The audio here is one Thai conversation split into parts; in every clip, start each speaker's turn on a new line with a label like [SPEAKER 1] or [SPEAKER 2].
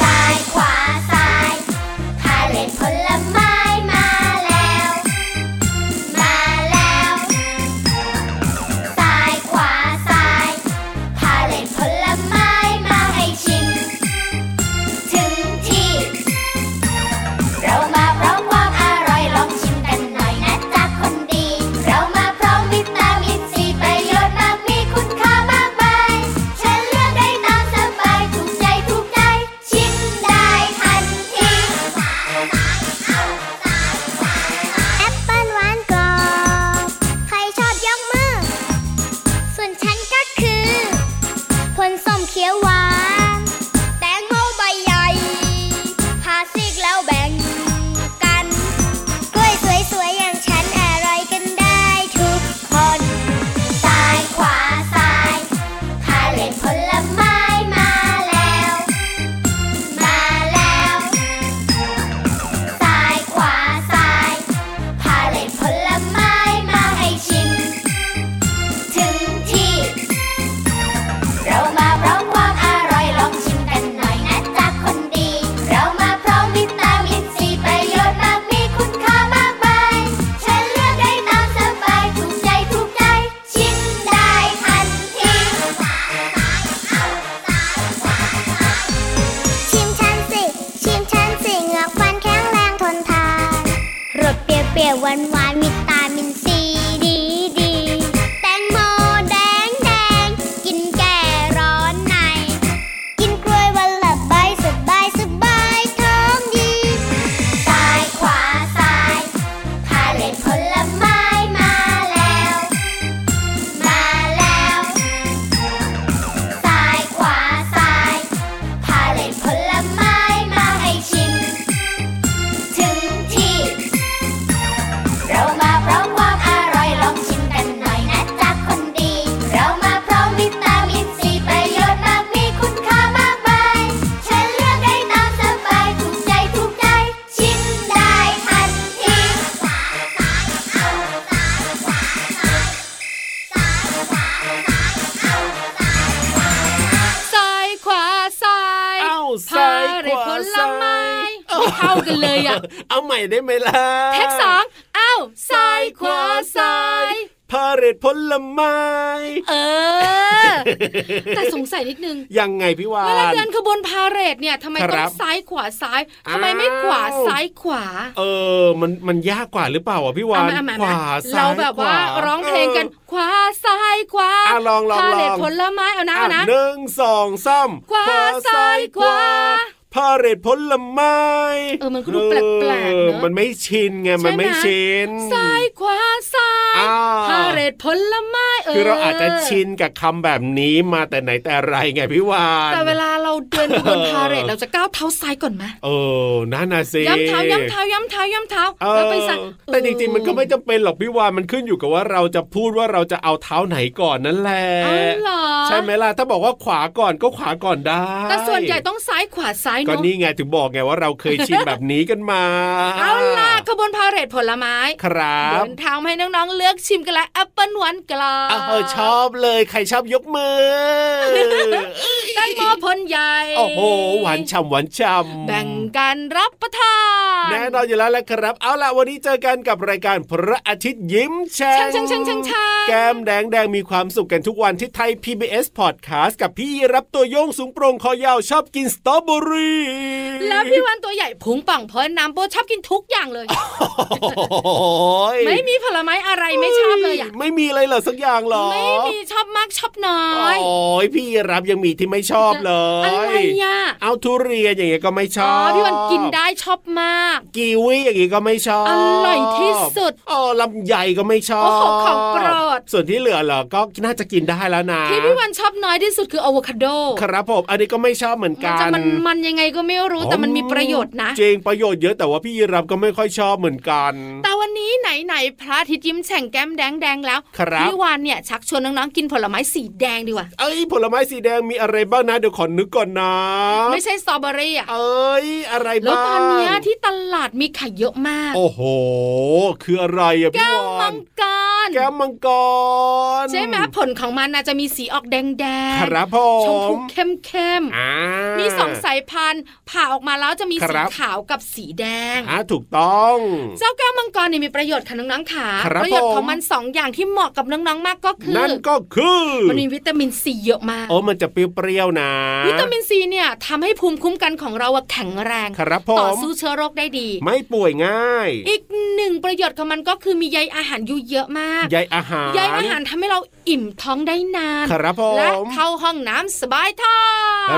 [SPEAKER 1] ซ้ายขวาซ้ายพาเล่นผลไม้มาแล้ว มาแล้วซ้ายขวาซ้ายพาเล่นผลไม้มาให้ชิม ถึงที่ เรามาพร้อมความอร่อยลองชิมกันหน่อยนะจ๊ะคนดี เรามาพร้อมวิตามินซีประโยชน์มากมีคุณค่ามากมายฉันเลือกได้ตามสบายถูกใจถูกใจ ชิมได้ทันที
[SPEAKER 2] แอปเปิลหวานกรอบ ใครชอบยกมือ ส่วนฉันก็คือผลส้มเขียวหวาน แตงโมใบใหญ่พาซิกแล้วแบ่งกัน กล้วยสวยๆ อย่างฉันอร่อยกันได้ทุกคน
[SPEAKER 1] ซ้ายขวาซ้ายพาเล่นผลไม้มาแล้ว มาแล้วซ้ายขวาซ้ายพาเล่นผลไม้มาให้ชิม ถึงที่ เรามาพร้อมความอร่อยลองชิมกันหน่อยนะจ๊ะคนดี เรามาพร้อมวิตามินซีประโยชน์มากมีคุณค่ามากมายฉันเลือกได้ตามสบายถูกใจถูกใจ ชิมได้ทันที
[SPEAKER 2] ชิมฉันสิ ชิมฉันสิเหงือกฟันแข็งแรงทนทานรสเปรี้ยวๆหวานหวานๆวิตามินซีดีดีๆแตงโมแดงแดงๆกินแก่ร้อนใน กินกล้วยวันละใบสบายสบายท้องดี
[SPEAKER 1] ซ้ายขวาซ้ายพาเล่นผลไม้มาแล้ว มาแล้วซ้ายขวาซ้ายพาเล่นผลไม้มาให้ชิม ถึงที่ เรามาพร้อมความอร่อยลองชิมกันหน่อยนะจ๊ะคนดี เรามาพร้อมวิตามินซีประโยชน์มากมีคุณค่ามากมายฉันเลือกได้ตามสบายถูกใจถูกใจ ชิมได้ทันที
[SPEAKER 3] ซ้ายขวาซ้าย
[SPEAKER 4] เอ้าซ้ายข
[SPEAKER 3] พ
[SPEAKER 4] วา
[SPEAKER 3] เรผล
[SPEAKER 4] ซ้าย
[SPEAKER 3] ไม้ไม่เข้ากันเลยอ่ะ
[SPEAKER 4] เอาใหม่ได้ไหมล่ะ
[SPEAKER 3] แท็กสองเอ้าซ้ายขวาซ้าย
[SPEAKER 4] พาเรดผลไม้
[SPEAKER 3] เอ อ แต่สงสัยนิดนึง
[SPEAKER 4] ยังไงพี่วา
[SPEAKER 3] เวลาน เดินขบวนพาเหรดเนี่ยทำไม
[SPEAKER 4] ค
[SPEAKER 3] ต้
[SPEAKER 4] รั
[SPEAKER 3] อง
[SPEAKER 4] บ
[SPEAKER 3] ซ้ายขวาซ้ายทำไม
[SPEAKER 4] อ้าว
[SPEAKER 3] ไม่ขวาซ้ายขวา
[SPEAKER 4] เออ มันมันยากกว่าหรือเปล่าอ่ะพี่วาน
[SPEAKER 3] เอมเอม
[SPEAKER 4] ขวา
[SPEAKER 3] เอม
[SPEAKER 4] ซ้า
[SPEAKER 3] เรา
[SPEAKER 4] ย
[SPEAKER 3] แบบ
[SPEAKER 4] ข
[SPEAKER 3] ว่าร้องเพลงกัน
[SPEAKER 4] อ
[SPEAKER 3] ขวาซ้ายขวา
[SPEAKER 4] อ่ะลองลอง
[SPEAKER 3] พาเหรด
[SPEAKER 4] ลอง
[SPEAKER 3] ผลไม้เอานะ
[SPEAKER 4] อ่ะ
[SPEAKER 3] เอานะ
[SPEAKER 4] หนึ่งสองสาม
[SPEAKER 3] ขวาซ้ายขวา
[SPEAKER 4] พาเรดผลไม้
[SPEAKER 3] เออมันก็ดูแปลกๆเนอะ
[SPEAKER 4] ออมันไม่ชินไง
[SPEAKER 3] ใช่ไหม
[SPEAKER 4] มันไม่ชิน
[SPEAKER 3] ซ้ายขวาซ้าย
[SPEAKER 4] อ้าว
[SPEAKER 3] พาเหรดผลไม้เออ
[SPEAKER 4] คือเราอาจจะชินกับคำแบบนี้มาแต่ไหนแต่ไรไงพี่วาน
[SPEAKER 3] แต่เวลาเราเดินขบวน
[SPEAKER 4] เออ
[SPEAKER 3] พาเหรดเราจะก้าวเท้าซ้ายก่อนไหม
[SPEAKER 4] เออนั่นนะสิ
[SPEAKER 3] ย้ำเท้าย้ำเท้าย้ำเท้าย้ำเท้า
[SPEAKER 4] เอ
[SPEAKER 3] แล้ว
[SPEAKER 4] อ
[SPEAKER 3] ไปซ้าย
[SPEAKER 4] แต่จริงๆ มันก็ไม่จำเป็นหรอกพี่วานมันขึ้นอยู่กับว่าเราจะพูดว่าเราจะเอาเท้าไหนก่อนนั่นแหละ
[SPEAKER 3] อ๋อเหรอ
[SPEAKER 4] ใช่ไหมล่ะถ้าบอกว่าขวาก่อนก็ขวาก่อนได้
[SPEAKER 3] แต่ส่วนใหญ่ต้องซ้ายขวาซ้าย
[SPEAKER 4] ก็
[SPEAKER 3] เนาะ
[SPEAKER 4] นี่ไงถึงบอกไงว่าเราเคยชิน แบบนี้กันมา
[SPEAKER 3] เอาล่ะขบวนพาเหรดผลไม้
[SPEAKER 4] ครั
[SPEAKER 3] เดิ
[SPEAKER 4] บ
[SPEAKER 3] นทางมาให้น้องๆเลือกชิมกันละแอปเปิ้ลหวานกรอบ
[SPEAKER 4] เออชอบเลยใครชอบยกมือ
[SPEAKER 3] แตงโมพลใหญ่
[SPEAKER 4] โอ้โหหวานฉ่ำหวานฉ่ำ
[SPEAKER 3] แบ่งกันรับประทาน
[SPEAKER 4] แน่นอนอยู่แล้วแหละครับ เอาล่ะวันนี้เจอกันกับรายการพระอาทิตย์ยิ้มแฉ่
[SPEAKER 3] ช่างช่างช่างช่างช่าง
[SPEAKER 4] แก้มแดงแดงมีความสุขกันทุกวันที่ไทย PBS Podcast กับพี่รับตัวโยงสูงโปรงคอยาวชอบกินสตรอเบอรี่
[SPEAKER 3] แล้วพี่วันตัวใหญ่พุงป่องเพลินน้ำโบชอบกินทุกอย่างเลย
[SPEAKER 4] โอ้ย
[SPEAKER 3] ไม่มีผลไม้อะไรไม่ชอบเลยอ่ะ
[SPEAKER 4] ไม่มีอะไรเหรอสักอย่างเหรอ
[SPEAKER 3] ไม่มีชอบมากชอบน้อย
[SPEAKER 4] โอ้ยพี่รับยังมีที่ไม่ชอบเลย
[SPEAKER 3] อะไรอ่ะ
[SPEAKER 4] เอาทุเรียนอย่างเงี้ยก็ไม่ช
[SPEAKER 3] อ๋อ
[SPEAKER 4] อบ
[SPEAKER 3] พี่วันกินได้ชอบมาก าก
[SPEAKER 4] กีวีอย่างงี้ก็ไม่ชอบ
[SPEAKER 3] อร่อยที่สุด
[SPEAKER 4] อ๋อลำไยก็ไม่ชอบ
[SPEAKER 3] โอ้โหของโปรด
[SPEAKER 4] ส่วนที่เหลือเหรอก็น่าจะกินได้แล้วนะ
[SPEAKER 3] ที่พี่วันชอบน้อยที่สุดคืออะโวคาโด
[SPEAKER 4] ครับผมอันนี้ก็ไม่ชอบเหมือน
[SPEAKER 3] มัน
[SPEAKER 4] กั
[SPEAKER 3] จะ
[SPEAKER 4] น
[SPEAKER 3] มันมันยังไงก็ไม่รู้แต่มันมีประโยชน์นะ
[SPEAKER 4] จริงประโยชน์เยอะแต่ว่าพี่ยีรับก็ไม่ค่อยชอบเหมือนกัน
[SPEAKER 3] แต่วันนี้ไหนไหนๆพระอาทิตย์ยิ้มแฉ่งแก้มแดงแดงๆแล้ว
[SPEAKER 4] ครับ
[SPEAKER 3] พี่วานเนี่ยชักชวนน้องๆกินผลไม้สีแดงดีกว่า
[SPEAKER 4] เอ้ยผลไม้สีแดงมีอะไรบ้างนะเดี๋ยวขอนึกก่อนนะ
[SPEAKER 3] ไม่ใช่สตรอเบอรี่อะ
[SPEAKER 4] เอ้ยอะไร
[SPEAKER 3] แล้ว
[SPEAKER 4] บ้าง
[SPEAKER 3] ตอนเนี้ยที่ตลาดมีไข่เยอะมาก
[SPEAKER 4] โอ้โห คืออะไรอะพี่
[SPEAKER 3] แก้ว
[SPEAKER 4] วา
[SPEAKER 3] มัน งกร
[SPEAKER 4] แก้วมังกร
[SPEAKER 3] ใช่ไหมผลของมันน่ะจะมีสีออกแดงแดง
[SPEAKER 4] ครับผ
[SPEAKER 3] ชมพู
[SPEAKER 4] ม
[SPEAKER 3] เข้มเข้มๆ
[SPEAKER 4] อ่า
[SPEAKER 3] มีสองสายพันธุ์ผ่าออกมาแล้วจะมี
[SPEAKER 4] ค
[SPEAKER 3] สี
[SPEAKER 4] รับ
[SPEAKER 3] ขาวกับสีแดง
[SPEAKER 4] อ่าถูกต้อง
[SPEAKER 3] เจ้าแก้วมังกรเนี่ยมีประโยชน์ค่ะน้องๆขา
[SPEAKER 4] ครับ
[SPEAKER 3] ประโยชน์ข
[SPEAKER 4] ผม
[SPEAKER 3] องมันสองอย่างที่เหมาะกับน้องๆมากก็คือ
[SPEAKER 4] นั่นก็คือ
[SPEAKER 3] มันมีวิตามินซีเยอะมาก
[SPEAKER 4] โอ้มันจะเปรี้ยวๆนะ
[SPEAKER 3] วิตามินซีเนี่ยทำให้ภูมิคุ้มกันของเราอะแข็งแรง
[SPEAKER 4] ครับผ
[SPEAKER 3] ต่อ
[SPEAKER 4] ม
[SPEAKER 3] สู้เชื้อโรคได้ดี
[SPEAKER 4] ไม่ป่วยง่าย
[SPEAKER 3] อีกหนึ่งประโยชน์ของมันก็คือมีใยอาหารอยู่เยอะมาก
[SPEAKER 4] ใยอาหาร
[SPEAKER 3] ใยอาหารทำให้เราอิ่มท้องได้นาน
[SPEAKER 4] ครับผม
[SPEAKER 3] และเข้าห้องน้ำสบายท้อ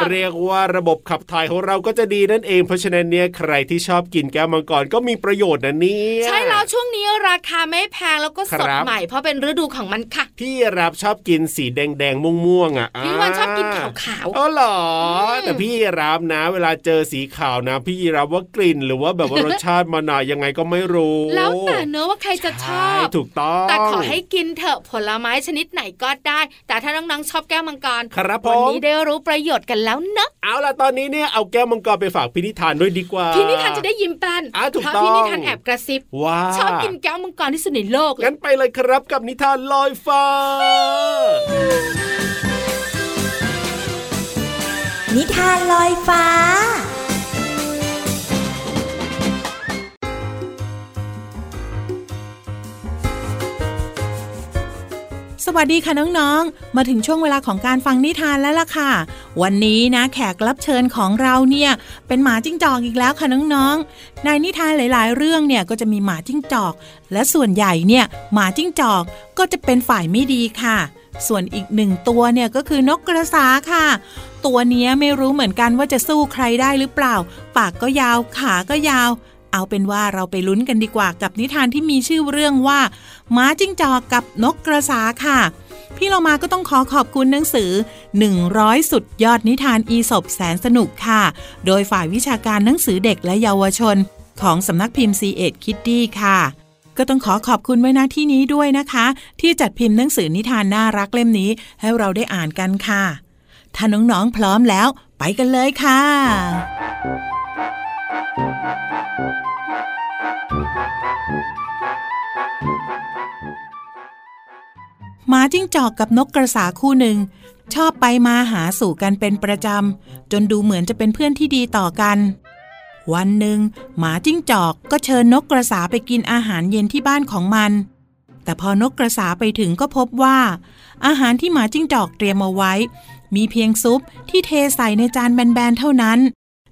[SPEAKER 3] ง
[SPEAKER 4] เรียกว่าระบบขับถ่ายของเราก็จะดีนั่นเองเพราะฉะนั้นเนี่ยใครที่ชอบกินแก้วมังกรก็มีประโยชน์นะเนี่ย
[SPEAKER 3] ใช่แล้วช่วงนี้ราคาไม่แพงแล้วก็สด
[SPEAKER 4] ครับ
[SPEAKER 3] ใหม่ เพราะเป็นฤดูของมันค่ะ
[SPEAKER 4] พี่รับชอบกินสีแดงแดงม่วงม่วงๆอ่ะ
[SPEAKER 3] พี่วันชอบกินขาวๆ
[SPEAKER 4] อ๋อเหรออ
[SPEAKER 3] ม
[SPEAKER 4] แต่พี่รับนะ เวลาเจอสีขาวนะ พี่รับว่ากลิ่นหรือว่าแบบว่ารสชาติมันอะยังไงก็ไม่รู้
[SPEAKER 3] แล้วแต่เนอะว่าใครจะชอบ
[SPEAKER 4] ใถูกต้อง
[SPEAKER 3] แต่ขอให้กินเถอะผลไม้ชนิดไหนก็ได้ แต่ถ้าน้องๆชอบแก้วมังกร
[SPEAKER 4] ครับผม
[SPEAKER 3] วันนี้ได้รู้ประโยชน์กันแล้วเนอะ
[SPEAKER 4] เอาล่ะตอนนี้เนี่ยเอาแก้วมังกรไปฝากพินิธานด้วยดีกว่า
[SPEAKER 3] พี่นิทานจะได้ยิ้มแป้น
[SPEAKER 4] อ่ะถูก
[SPEAKER 3] เพราะ
[SPEAKER 4] ต้อง
[SPEAKER 3] พี่นิทานแอบกระซิบ
[SPEAKER 4] ว้า
[SPEAKER 3] ชอบกินแก้วมังกรที่สุดในโลกเลย
[SPEAKER 4] งั้นไปเลยครับกับนิทานลอยฟ้า
[SPEAKER 5] นิทานลอยฟ้า สวัสดีค่ะน้องๆ มาถึงช่วงเวลาของการฟังนิทานแล้วล่ะค่ะ วันนี้นะแขกรับเชิญของเราเนี่ยเป็นหมาจิ้งจอกอีกแล้วค่ะน้องๆ ในนิทานหลายๆ เรื่องเนี่ยก็จะมีหมาจิ้งจอก และส่วนใหญ่เนี่ยหมาจิ้งจอกก็จะเป็นฝ่ายไม่ดีค่ะ ส่วนอีกหนึ่งตัวเนี่ยก็คือนกกระสาค่ะ ตัวเนี้ยไม่รู้เหมือนกันว่าจะสู้ใครได้หรือเปล่า ปากก็ยาวขาก็ยาว เอาเป็นว่าเราไปลุ้นกันดีกว่ากับนิทานที่มีชื่อเรื่องว่าม้าจิ้งจอกกับนกกระสาค่ะ พี่เรามาก็ต้องขอขอบคุณหนังสือ 100 สุดยอดนิทานอีสบแสนสนุกค่ะ โดยฝ่ายวิชาการหนังสือเด็กและเยาวชน ของสำนักพิมพ์ c ีเอ็ดคิตตี้ค่ะ ก็ต้องขอขอบคุณไว้หน้าที่นี้ด้วยนะคะ ที่จัดพิมพ์หนังสือนิทานน่ารักเล่มนี้ ให้เราได้อ่านกันค่ะ ถ้าน้องๆพร้อมแล้ว ไปกันเลยค่ะ หมาจิ้งจอกกับนกกระสาคู่หนึ่ง ชอบไปมาหาสู่กันเป็นประจำ จนดูเหมือนจะเป็นเพื่อนที่ดีต่อกัน วันหนึ่ง หมาจิ้งจอกก็เชิญนกกระสาไปกินอาหารเย็นที่บ้านของมัน แต่พอนกกระสาไปถึงก็พบว่า อาหารที่หมาจิ้งจอกเตรียมเอาไว้ มีเพียงซุปที่เทใส่ในจานแบนๆเท่านั้น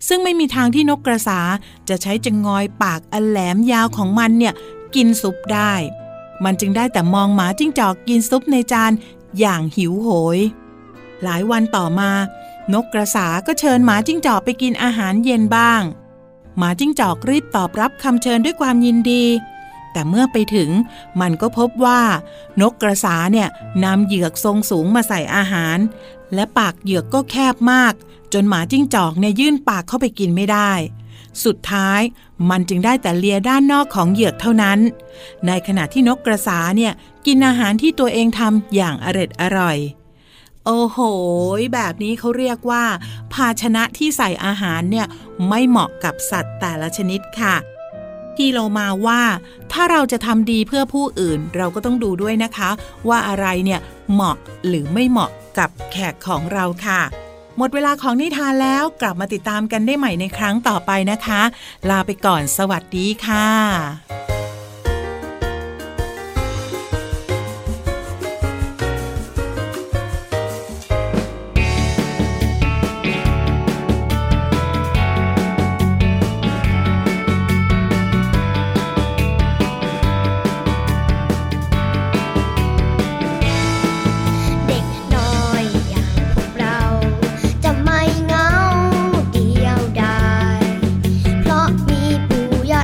[SPEAKER 5] ซึ่งไม่มีทางที่นกกระสาจะใช้จงงอยปากอันแหลมยาวของมันเนี่ย กินซุปได้ มันจึงได้แต่มองหมาจิ้งจอกกินซุปในจานอย่างหิวโหย หลายวันต่อมา นกกระสาก็เชิญหมาจิ้งจอกไปกินอาหารเย็นบ้าง หมาจิ้งจอกรีบตอบรับคำเชิญด้วยความยินดี แต่เมื่อไปถึงมันก็พบว่า นกกระสาเนี่ยนำเหยือกทรงสูงมาใส่อาหาร และปากเหยือกก็แคบมาก จนหมาจิ้งจอกเนี่ยยื่นปากเข้าไปกินไม่ได้ สุดท้ายมันจึงได้แต่เลียด้านนอกของเหยือกเท่านั้น ในขณะที่นกกระสาเนี่ยกินอาหารที่ตัวเองทำอย่างอร็ดอร่อย โอ้โห แบบนี้เขาเรียกว่า ภาชนะที่ใส่อาหารเนี่ยไม่เหมาะกับสัตว์แต่ละชนิดค่ะ พี่เรามาว่า ถ้าเราจะทำดีเพื่อผู้อื่นเราก็ต้องดูด้วยนะคะ ว่าอะไรเนี่ยเหมาะหรือไม่เหมาะกับแขกของเราค่ะ หมดเวลาของนิทานแล้วกลับมาติดตามกันได้ใหม่ในครั้งต่อไปนะคะ ลาไปก่อนสวัสดีค่ะ
[SPEAKER 1] เด็กน้อยอย่างพวกเราจะไม่เหงาเดียวดายเพราะมีปู่ย่า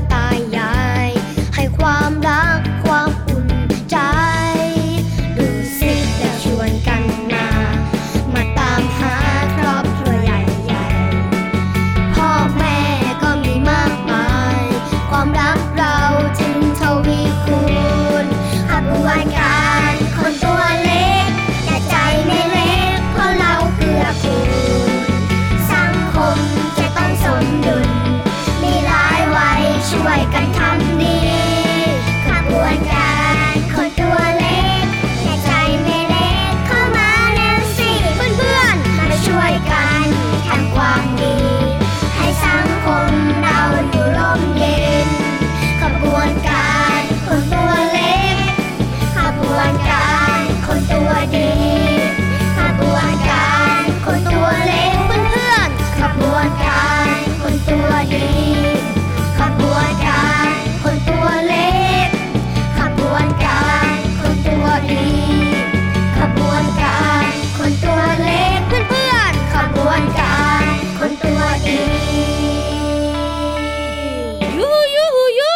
[SPEAKER 4] ยน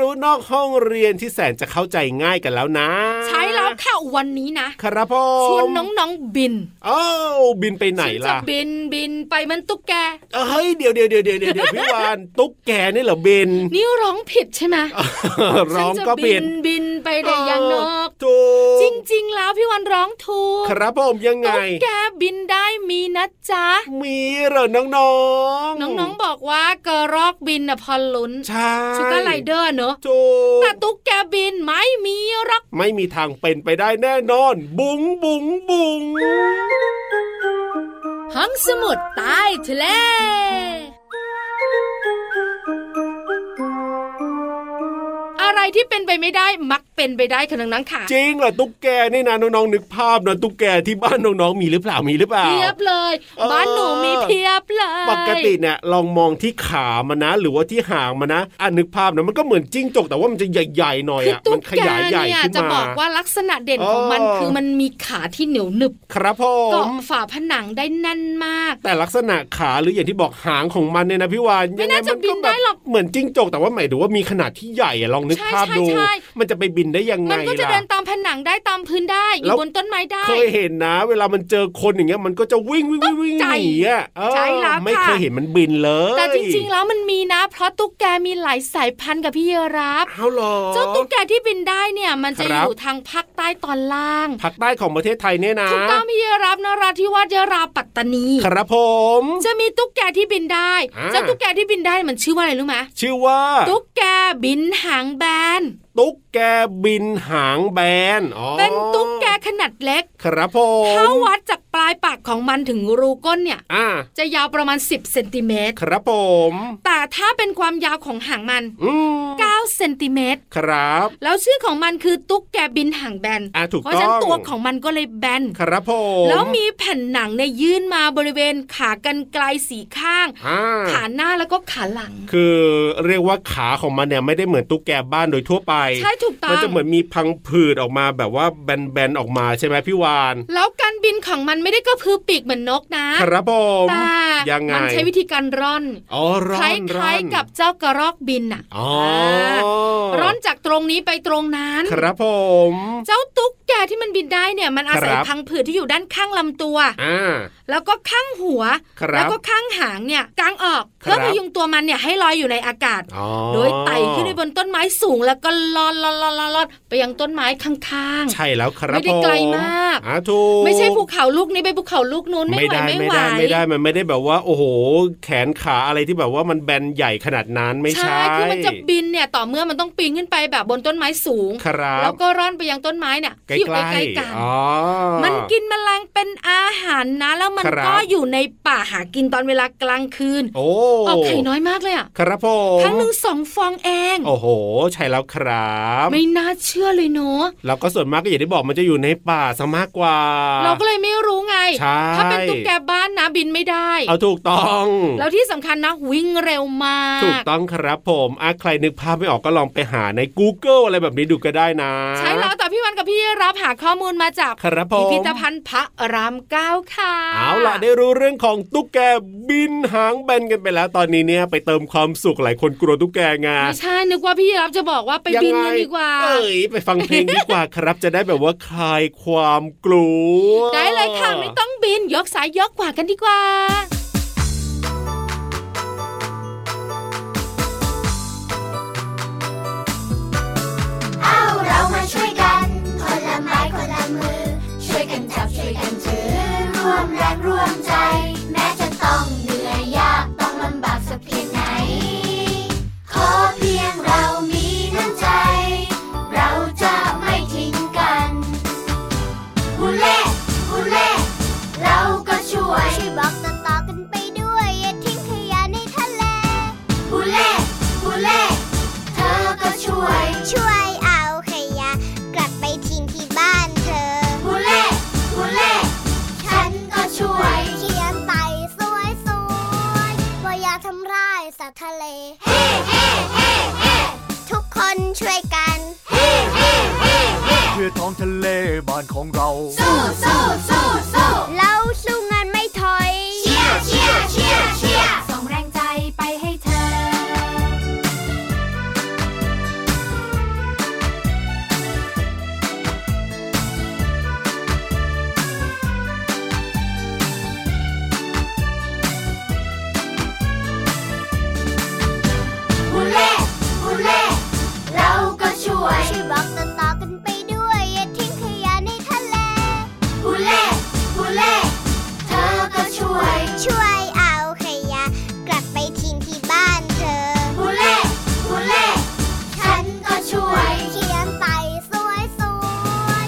[SPEAKER 4] รู้นอกห้องเรียนที่แสนจะเข้าใจง่ายกันแล้วนะ
[SPEAKER 3] ใช้แล้วค่ะวันนี้นะครับ
[SPEAKER 4] ผ
[SPEAKER 3] ชวน
[SPEAKER 4] ม
[SPEAKER 3] น้องๆบิน
[SPEAKER 4] เอ้าบินไปไหน
[SPEAKER 3] ฉัจะ
[SPEAKER 4] ล่ะ
[SPEAKER 3] บินบินไปมันตุ๊กแก
[SPEAKER 4] เฮ้ยเดี๋ยวเดี๋ยวเดี๋ยวเดี๋ยวเดี๋ยว พี่วานตุ๊กแกนี่เหรอเบน
[SPEAKER 3] นี่ร้องผิดใช่ไหม
[SPEAKER 4] ร้อง
[SPEAKER 3] ฉัจะ
[SPEAKER 4] ก็
[SPEAKER 3] บิ
[SPEAKER 4] เป็น
[SPEAKER 3] นบินไปได้ยังนก
[SPEAKER 4] ถูก
[SPEAKER 3] จริงๆ แล้วพี่วันร้องถูก
[SPEAKER 4] ครับผมยังไง
[SPEAKER 3] ตุ๊กแกบินได้มีนะจ๊ะ
[SPEAKER 4] มีเหรอน้องๆ
[SPEAKER 3] น้องๆบอกว่ากระรอกบินน่ะพอลุ้น
[SPEAKER 4] ใช่
[SPEAKER 3] ชูการ์ไลเดอร์เนอะ
[SPEAKER 4] ถูก
[SPEAKER 3] แต่ตุ๊กแกบินไม่มีหรอก
[SPEAKER 4] ไม่มีทางเป็นไปได้แน่นอน บุ๋งบุ๋งบุ๋ง
[SPEAKER 3] ห้องสมุดใต้ทะเล อะไรที่เป็นไปไม่ได้มักเป็นไปได้ค่ะนังๆค่ะ
[SPEAKER 4] จริงเหรอตุ๊กแกนี่นะน้องๆนึกภาพนะตุ๊กแกที่บ้านน้องๆมีหรือเปล่ามีหรือเปล่า
[SPEAKER 3] เพียบเลย
[SPEAKER 4] เออ
[SPEAKER 3] บ้านหนูมีเพียบเลย
[SPEAKER 4] ปกติเนี่ยลองมองที่ขามันนะ หรือว่าที่หางมันนะอ่านึกภาพนะมันก็เหมือนจิ้งจกแต่ว่ามันจะใหญ่ๆหน่อย
[SPEAKER 3] คือ
[SPEAKER 4] อ่ะมั
[SPEAKER 3] ตุ๊
[SPEAKER 4] น
[SPEAKER 3] ก
[SPEAKER 4] ข
[SPEAKER 3] แก
[SPEAKER 4] ยายใหญ่
[SPEAKER 3] เนี่ย
[SPEAKER 4] ขึ้น
[SPEAKER 3] จะ
[SPEAKER 4] มา
[SPEAKER 3] บอกว่าลักษณะเด่นของมัน
[SPEAKER 4] เออ
[SPEAKER 3] คือมันมีขาที่เหนียวหนึบ
[SPEAKER 4] ครับผม
[SPEAKER 3] เกาะฝาผนังได้แน่นมาก
[SPEAKER 4] แต่ลักษณะขาหรืออย่างที่บอกหางของมันเนี่ยนะพี่วาน
[SPEAKER 3] ไม่น่าจะ
[SPEAKER 4] ยั
[SPEAKER 3] บิน
[SPEAKER 4] งงมัก็
[SPEAKER 3] ได้หรอก
[SPEAKER 4] เหมือนจิ้งจกแต่ว่าหมายถึงว่ามีขนาดที่ใหญ่อะลองนึก
[SPEAKER 3] ใช่
[SPEAKER 4] ภาพดู
[SPEAKER 3] ใช่ใช่
[SPEAKER 4] มันจะไปบินได้ยังไง
[SPEAKER 3] มันก็จะเดิ
[SPEAKER 4] ล่ะ
[SPEAKER 3] นตามผนังได้ตามพื้นได้อ
[SPEAKER 4] แล้
[SPEAKER 3] ยู่
[SPEAKER 4] ว
[SPEAKER 3] บนต้นไม้ได้
[SPEAKER 4] เคยเห็นนะ เวลามันเจอคนอย่างเงี้ยมันก็จะวิ่งวิ่งวิ่งวิ่ง
[SPEAKER 3] ตกใจ
[SPEAKER 4] หนีอ่ะเออ
[SPEAKER 3] ใช่แล้ว
[SPEAKER 4] ไม่
[SPEAKER 3] ค่ะ
[SPEAKER 4] เคยเห็นมันบินเลย
[SPEAKER 3] แต่จริงๆแล้วมันมีนะ เพราะตุ๊กแกมีหลายสายพันธุ์กับพี่เยรับ
[SPEAKER 4] เอาหรอ
[SPEAKER 3] เจ้าตุ๊กแกที่บินได้เนี่ยมันจะอ
[SPEAKER 4] ครับ
[SPEAKER 3] ยู่ทางภาคใต้ตอนล่าง
[SPEAKER 4] ภาคใต้ของประเทศไทยเนี่ยนะ
[SPEAKER 3] ถูกต้องพี่เยรับนราธิวาสยะราปัตตานี
[SPEAKER 4] ครับผม
[SPEAKER 3] จะมีตุ๊กแกที่บินได้
[SPEAKER 4] อ่า
[SPEAKER 3] เจ้าตุ๊กแกที่บินได้มันชื่อว่าอะไรรู้ไหม
[SPEAKER 4] ชื่อว่า
[SPEAKER 3] ตุ๊กแกบินหางแบน
[SPEAKER 4] ตุ๊กแกบินหางแบนอ๋อ
[SPEAKER 3] เป็นตุ๊กแกขนาดเล็ก
[SPEAKER 4] ครับผม
[SPEAKER 3] ถ้าวัดจากปลายปากของมันถึงรูก้นเนี่ย
[SPEAKER 4] อ่า
[SPEAKER 3] จะยาวประมาณ 10เซนติเมตร
[SPEAKER 4] ครับผม
[SPEAKER 3] แต่ถ้าเป็นความยาวของหางมัน
[SPEAKER 4] อืม
[SPEAKER 3] 9เซนติเมตร
[SPEAKER 4] ครับ
[SPEAKER 3] แล้วชื่อของมันคือตุ๊กแกบินหางแบน
[SPEAKER 4] อ่ะถูก
[SPEAKER 3] เพราะฉะนั้น
[SPEAKER 4] ต้อง
[SPEAKER 3] ตัวของมันก็เลยแบน
[SPEAKER 4] ครับผม
[SPEAKER 3] แล้วมีแผ่นหนังเนี่ยยื่นมาบริเวณขากันไกลสีข้าง
[SPEAKER 4] อ่า
[SPEAKER 3] ขาหน้าแล้วก็ขาหลัง
[SPEAKER 4] คือเรียกว่าขาของมันเนี่ยไม่ได้เหมือนตุ๊กแกบ้านโดยทั่วไป
[SPEAKER 3] ใช่ถูกต้อ
[SPEAKER 4] มัน
[SPEAKER 3] ง
[SPEAKER 4] จะเหมือนมีพังผืดออกมาแบบว่าแบนๆออกมาใช่ไหมพี่วาน
[SPEAKER 3] แล้วการบินของมันไม่ได้ก็พือปีกเหมือนนกนะครับ
[SPEAKER 4] ผม
[SPEAKER 3] แต่
[SPEAKER 4] ยังไง
[SPEAKER 3] มันใช้วิธีการร่อน
[SPEAKER 4] อ๋อร้อ
[SPEAKER 3] คน ล้
[SPEAKER 4] ร้อ
[SPEAKER 3] าย
[SPEAKER 4] น
[SPEAKER 3] ๆกับเจ้ากระรอกบินอ่ะ
[SPEAKER 4] อ๋อ
[SPEAKER 3] อ่าร่อนจากตรงนี้ไปตรงนั้น
[SPEAKER 4] ครับผม
[SPEAKER 3] เจ้าตุ๊กแกที่มันบินได้เนี่ยมันอาศัย
[SPEAKER 4] ครับ
[SPEAKER 3] พังผืดที่อยู่ด้านข้างลำตัว
[SPEAKER 4] อ่า
[SPEAKER 3] แล้วก็ข้างหัว
[SPEAKER 4] ครับ
[SPEAKER 3] แล้วก็ข้างหางเนี่ยกางออกเพื่อ
[SPEAKER 4] ครับ
[SPEAKER 3] พยุงตัวมันเนี่ยให้ลอยอยู่ในอากาศ
[SPEAKER 4] อ๋อ
[SPEAKER 3] โดยไต่ขึ้นไปบนต้นไม้สูงแล้วก็ลอดลอดลอดลอดลอดไปยังต้นไม้ข้าง
[SPEAKER 4] ใช่แล้วครับ
[SPEAKER 3] ไม่ได้ไกลมาก
[SPEAKER 4] ผมอ่าถูก
[SPEAKER 3] ๆ ไม่ใช่ภูเขาลูกนี้ไปภูเขาลูกนู้นไม่
[SPEAKER 4] ไม่
[SPEAKER 3] ไหว
[SPEAKER 4] ได้
[SPEAKER 3] ไม่
[SPEAKER 4] ไม่
[SPEAKER 3] ไหว
[SPEAKER 4] ได้ไม่ได้มันไม่ได้แบบว่า โอ้โห แขนขาอะไรที่แบบว่ามันแบนใหญ่ขนาดนั้นไม่ใช่
[SPEAKER 3] คือมันจะบินเนี่ยต่อเมื่อมันต้องปีนขึ้นไปแบบบนต้นไม้สูง
[SPEAKER 4] ครับ
[SPEAKER 3] แล้วก็ร่อนไปยังต้นไม้เนี่ย
[SPEAKER 4] ใกล้
[SPEAKER 3] ที่อยู่
[SPEAKER 4] ๆ
[SPEAKER 3] ใกล้ๆกัน
[SPEAKER 4] อ๋อ
[SPEAKER 3] มันกินแมลงเป็นอาหารนะ แล้วมัน
[SPEAKER 4] ครับ
[SPEAKER 3] ก็อยู่ในป่าหากินตอนเวลากลางคืน
[SPEAKER 4] โอ้
[SPEAKER 3] ออกไข่น้อยมากเลยอ่ะ
[SPEAKER 4] ครับผม
[SPEAKER 3] ครั้งหนึ่งสองฟองเอง
[SPEAKER 4] โอ้โห ใช่แล้วครับ
[SPEAKER 3] ไม่น่าเชื่อเลยเนอะ
[SPEAKER 4] แล้วก็ส่วนมากก็อย่างที่บอกมันจะอยู่ในป่าซะมากกว่า
[SPEAKER 3] เราก็เลยไม่รู้ไง
[SPEAKER 4] ใช่
[SPEAKER 3] ถ้าเป็นตุ๊กแกบ้านนะบินไม่ได้
[SPEAKER 4] เอาถูกต้อง
[SPEAKER 3] แล้วที่สำคัญนะวิ่งเร็วมาก
[SPEAKER 4] ถูกต้องครับผมอ่ะใครนึกภาพไม่ออกก็ลองไปหาใน Google อะไรแบบนี้ดูก็ได้นะ
[SPEAKER 3] ใช่แล้วแต่พี่วันกับพี่รับหาข้อมูลมาจาก
[SPEAKER 4] ครับผ
[SPEAKER 3] พิ
[SPEAKER 4] ม
[SPEAKER 3] พิธภัณฑ์พระรามเก้าค่ะ
[SPEAKER 4] เอาล่ะได้รู้เรื่องของตุ๊กแกบินหางแบนกันไปแล้วตอนนี้เนี่ยไปเติมความสุขหลายคนกลัวตุ๊กแกไงา
[SPEAKER 3] ไม่ใช่นึกว่าพี่รับจะบอกว่าไปบินกันดีกว่า
[SPEAKER 4] เอ้ยไปฟังเพลงดีกว่าครับ จะได้แบบว่าคลายความกลัว
[SPEAKER 3] ได้เลยค่ะไม่ต้องบินยกสายยกกว่ากันดีกว่า
[SPEAKER 1] เอาเรามาช่วยกัน คนละไม้คนละมือ ช่วยกันจับช่วยกันถือ ร่วมแรงร่วมใจ แม้จะต้องเหนื่อยยากต้องลำบากสักเพียงไหน ขอเพียงเรามีน้ำใจ เราจะไม่ทิ้งกันฮูเล่ฮูเล่เราก็ช่วย
[SPEAKER 2] ช่วยบอกต่อๆกันไปด้วย อย่าทิ้งขยะในทะเล
[SPEAKER 1] ฮูเล่ฮูเล่เธอก็ช่วย
[SPEAKER 2] ช่วยเอาขยะ กลับไปทิ้งที่บ้านเธอ
[SPEAKER 1] ฮูเล่ฮูเล่ฉันก็ช่วย
[SPEAKER 2] เขียนไปสวยๆว่าอย่าทำร้ายสัตว์ทะเล
[SPEAKER 1] เฮ้เฮ้เฮ้เฮ้
[SPEAKER 2] ทุกคนช่วยกัน
[SPEAKER 1] เฮ้เฮ้เฮ้เฮ้
[SPEAKER 6] เพื่อท้องทะเลบ้านของเรา
[SPEAKER 1] สู้สู้สู้สู้
[SPEAKER 2] เราสู้งานไม่ถอย
[SPEAKER 1] เชียร์เชียร์เชียร์เชียร์ส่งแรงใจไปให้เธอ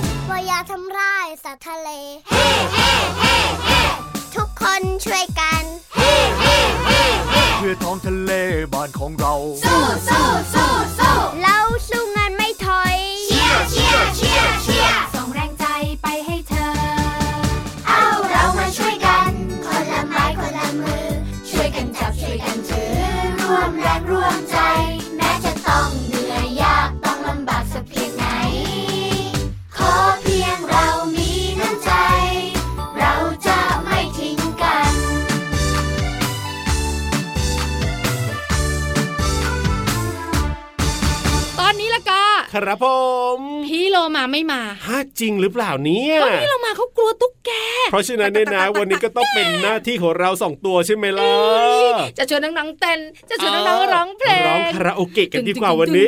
[SPEAKER 2] ทะเล ทุกคนช่วยกัน
[SPEAKER 6] เพื่อท้องทะเลบ้านของเรา
[SPEAKER 1] สู้สู้สู้สู้
[SPEAKER 2] เราสู้งานไม่ถอย
[SPEAKER 1] เชียร์เชียร์เชียร์เชียร์ส่งแรงใจไปให้เธอ เอาเรามาช่วยกัน คนละไม้คนละมือ ช่วยกันจับช่วยกันถือ ร่วมแรงร่วมใจ แม้จะต้องเหนื่อยยากต้องลำบากสักเพียงไหน ขอเพียงเรามีน้ำใจ เราจะไม่ทิ้งกัน
[SPEAKER 3] ตอนนี้ละก็
[SPEAKER 4] ครับผม
[SPEAKER 3] พี่โลมาไม่มา
[SPEAKER 4] ฮะจริงหรือเปล่าเนี่ย
[SPEAKER 3] ก็พี่โลมาเขากลัวตุ๊กแก
[SPEAKER 4] เพราะฉะนั้นเนี่ยนะวันนี้ก็ต้องเป็นหน้าที่ของเราสองตัวใช่ไหมล่ะ
[SPEAKER 3] จะชวนน้องๆเต้นจะชวนน้องๆร้องเพลง
[SPEAKER 4] ร้องคาราโอเกะกันดีกว่าวันนี้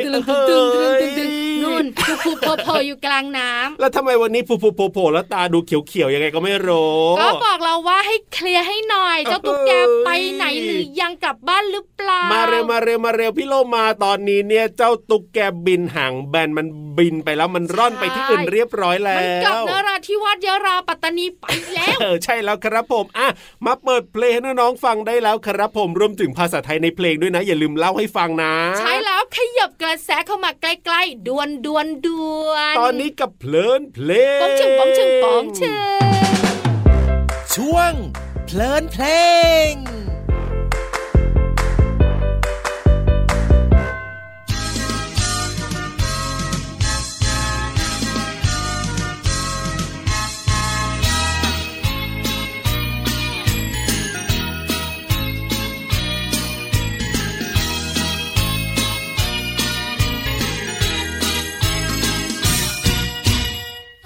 [SPEAKER 3] ตึงๆตึงๆตึงๆตึงๆตึงๆนู่นคูคูโพโพอยู่กลางน้ำ
[SPEAKER 4] แล้วทำไมวันนี้ผูผูโผล่แล้วตาดูเขียวๆยังไงก็ไม่รู้
[SPEAKER 3] ก็บอกเราว่าให้เคลียร์ให้หน่อย เจ้าตุ๊กแก
[SPEAKER 4] เอ้ย
[SPEAKER 3] ไปไหนหรือยังกลับบ้านหรือเปล่า
[SPEAKER 4] มา
[SPEAKER 3] มา
[SPEAKER 4] เร็วมาเร็วมาเร็วพี่โลมาตอนนี้เนี่ยเจ้าตุ๊กแกบินหางแบนมันบินไปแล้วมันร่อนไปที่อื่นเรียบร้อยแล้
[SPEAKER 3] มันกลับ
[SPEAKER 4] วน
[SPEAKER 3] ราธิวาสยะราปัตตานีไปแล้ว
[SPEAKER 4] เออใช่แล้วครับผมอ่ะมาเปิดเพลงให้น้องๆฟังได้แล้วครับผมรวมถึงภาษาไทยในเพลงด้วยนะ อย่าลืมเล่าให้ฟังนะ
[SPEAKER 3] ใช่แล้วขยับกระแสเข้ามาใกล้ๆดวนดวนดวน
[SPEAKER 4] ตอนนี้กับเพลินเพลง
[SPEAKER 3] ปองชึงปองชึงปองชึง
[SPEAKER 7] ช่วง เพลินเพลง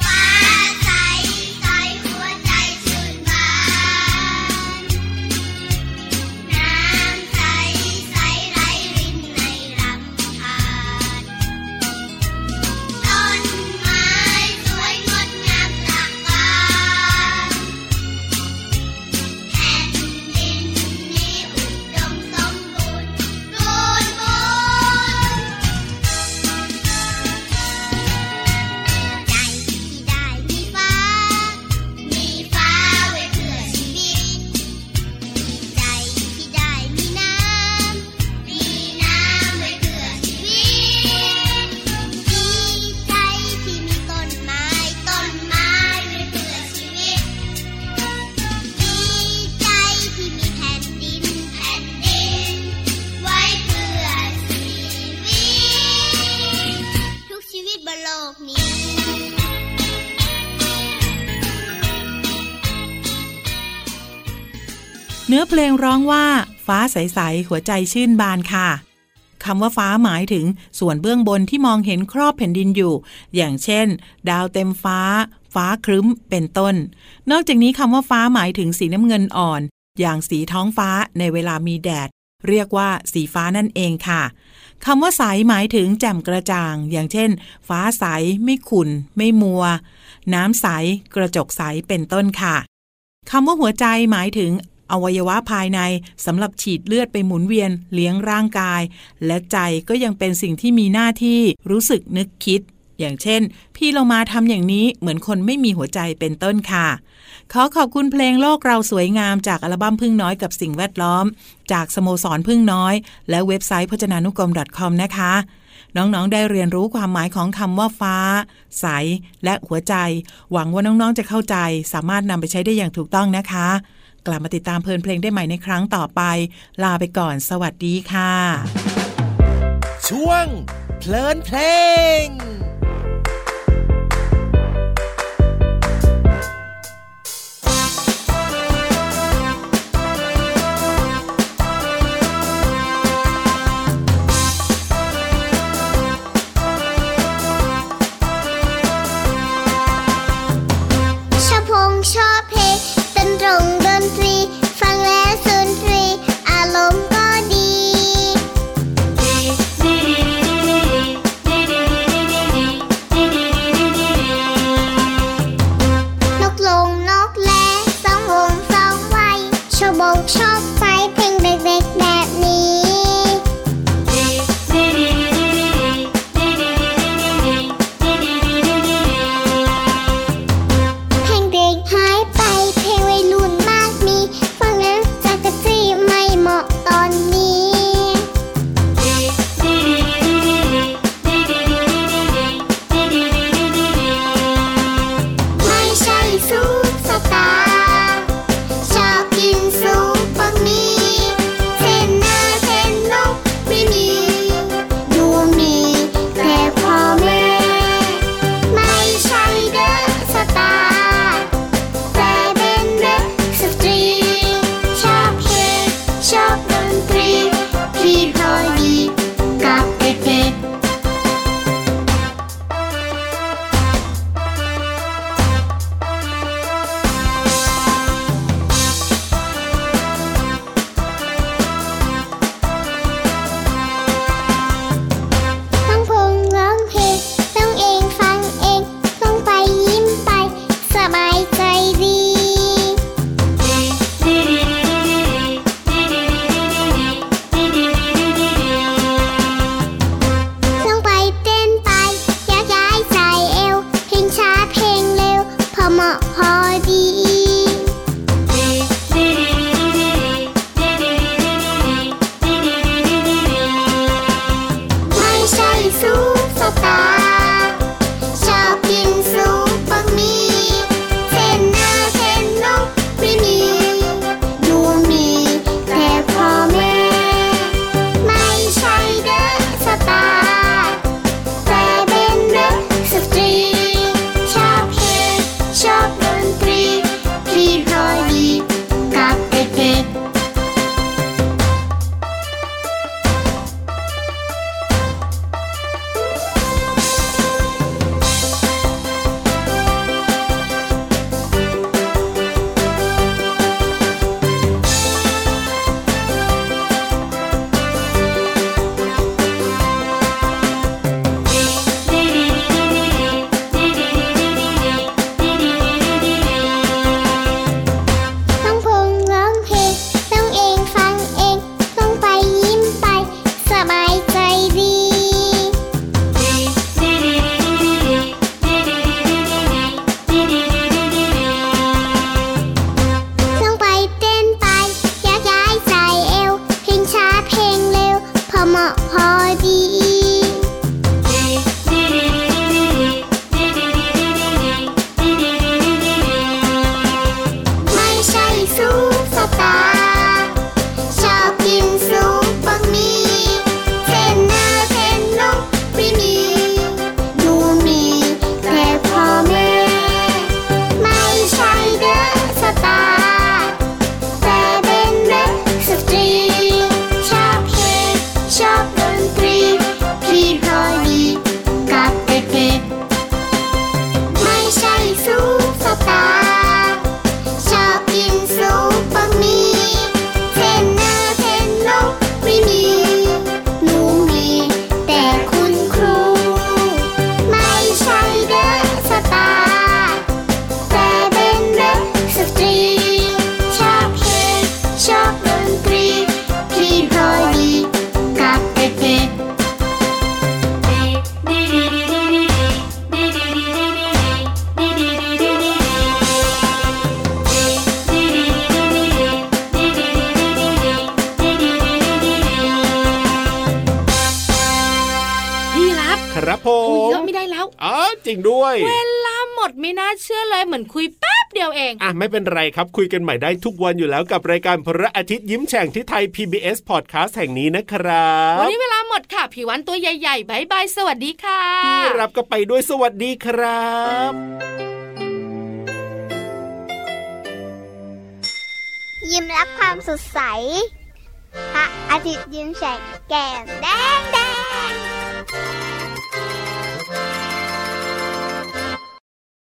[SPEAKER 1] ฟ้าใสใสหัวใจชื่นบานน้ำใสใสไหลรินในลำธารต้นไม้สวยงดงามหลากหลายแผ่นดินนี้อุดมสมบูรณ์บูรณ์บูรณ์ ใจที่ได้มีฟ้า มีฟ้าไว้เพื่อชีวิต ใจที่ได้มีน้ำ มีน้ำไว้เพื่อชีวิต ดีใจที่มีต้นไม้ ต้นไม้ไว้เพื่อชีวิต ดีใจที่มีแผ่นดิน แผ่นดิน ไว้เพื่อชีวิต ทุกชีวิตบนโลกนี้
[SPEAKER 5] เนื้อเพลงร้องว่า ฟ้าใส ๆ หัวใจชื่นบานค่ะคำว่าฟ้าหมายถึงส่วนเบื้องบนที่มองเห็นครอบแผ่นดินอยู่ อย่างเช่น ดาวเต็มฟ้า ฟ้าครึ้มเป็นต้น นอกจากนี้คำว่าฟ้าหมายถึงสีน้ำเงินอ่อน อย่างสีท้องฟ้าในเวลามีแดด เรียกว่าสีฟ้านั่นเองค่ะคำว่าใสหมายถึงแจ่มกระจ่าง อย่างเช่น ฟ้าใสไม่ขุ่นไม่มัว น้ำใสกระจกใสเป็นต้นค่ะ คำว่าหัวใจหมายถึง อวัยวะภายในสำหรับฉีดเลือดไปหมุนเวียนเลี้ยงร่างกาย และใจก็ยังเป็นสิ่งที่มีหน้าที่รู้สึกนึกคิด อย่างเช่น พี่เรามาทำอย่างนี้เหมือนคนไม่มีหัวใจเป็นต้นค่ะ ขอขอบคุณเพลงโลกเราสวยงามจากอัลบั้มพึ่งน้อยกับสิ่งแวดล้อม จากสโมสรพึ่งน้อย และเว็บไซต์พจนานุกรม .com นะคะ น้องๆ ได้เรียนรู้ความหมายของคำว่าฟ้า ใส และหัวใจ หวังว่าน้องๆ จะเข้าใจ สามารถนำไปใช้ได้อย่างถูกต้องนะคะ กลับมาติดตามเพลินเพลงได้ใหม่ในครั้งต่อไป ลาไปก่อน สวัสดีค่ะ
[SPEAKER 7] ช่วง เพลินเพลง
[SPEAKER 2] ชอบพงชอบเพลงดนตรงดนตรี ฟังแล้วสุนทรี อารมณ์ก็ดี
[SPEAKER 1] ดีดีดีดีดีดีดีดีดีดีดี
[SPEAKER 2] ะพอดี ไม่ใช่ซุปสตาร์ชอบกินซุปบะหมี่เทรนเนอร์เทรนลูกไม่มีหนูมีแต่พ่อแม่ ไม่ใช่เดอะสตาร์แต่เป็นเดอะสตรี ชอบเพลงชอบดนตรี พี่พอดีกับเด็กๆไม่ใช่ซุปสตาร์ ชอบกินซุปบะหมี่เทรนเนอร์เทรนลูกไม่มี หนูมีแต่คุณครู ไม่ใช่เดอะสตาร์แต่เป็นเดอะสตรี ชอบเพลงชอบดนตรี พี่พอดีกับเด็ก
[SPEAKER 3] พี่รับ
[SPEAKER 4] ครับผ
[SPEAKER 3] คุย
[SPEAKER 4] ม
[SPEAKER 3] เยอะไม่ได้แล้ว
[SPEAKER 4] อ๋อจริงด้วย
[SPEAKER 3] เวลาหมดไม่น่าเชื่อเลยเหมือนคุยแป๊บเดียวเอง
[SPEAKER 4] อ่ะไม่เป็นไรครับคุยกันใหม่ได้ทุกวันอยู่แล้วกับรายการพระอาทิตย์ยิ้มแฉ่งที่ไทย PBS Podcast แห่งนี้นะครับ
[SPEAKER 3] วันนี้เวลาหมดค่ะผิววันตัวใหญ่ๆบายบายสวัสดีค่ะ
[SPEAKER 4] พี่รับก็ไปด้วยสวัสดีครับ
[SPEAKER 2] ๆ ยิ้มรับความสดใสพระอาทิตย์ยิ้มแฉกแก้มแดงแดง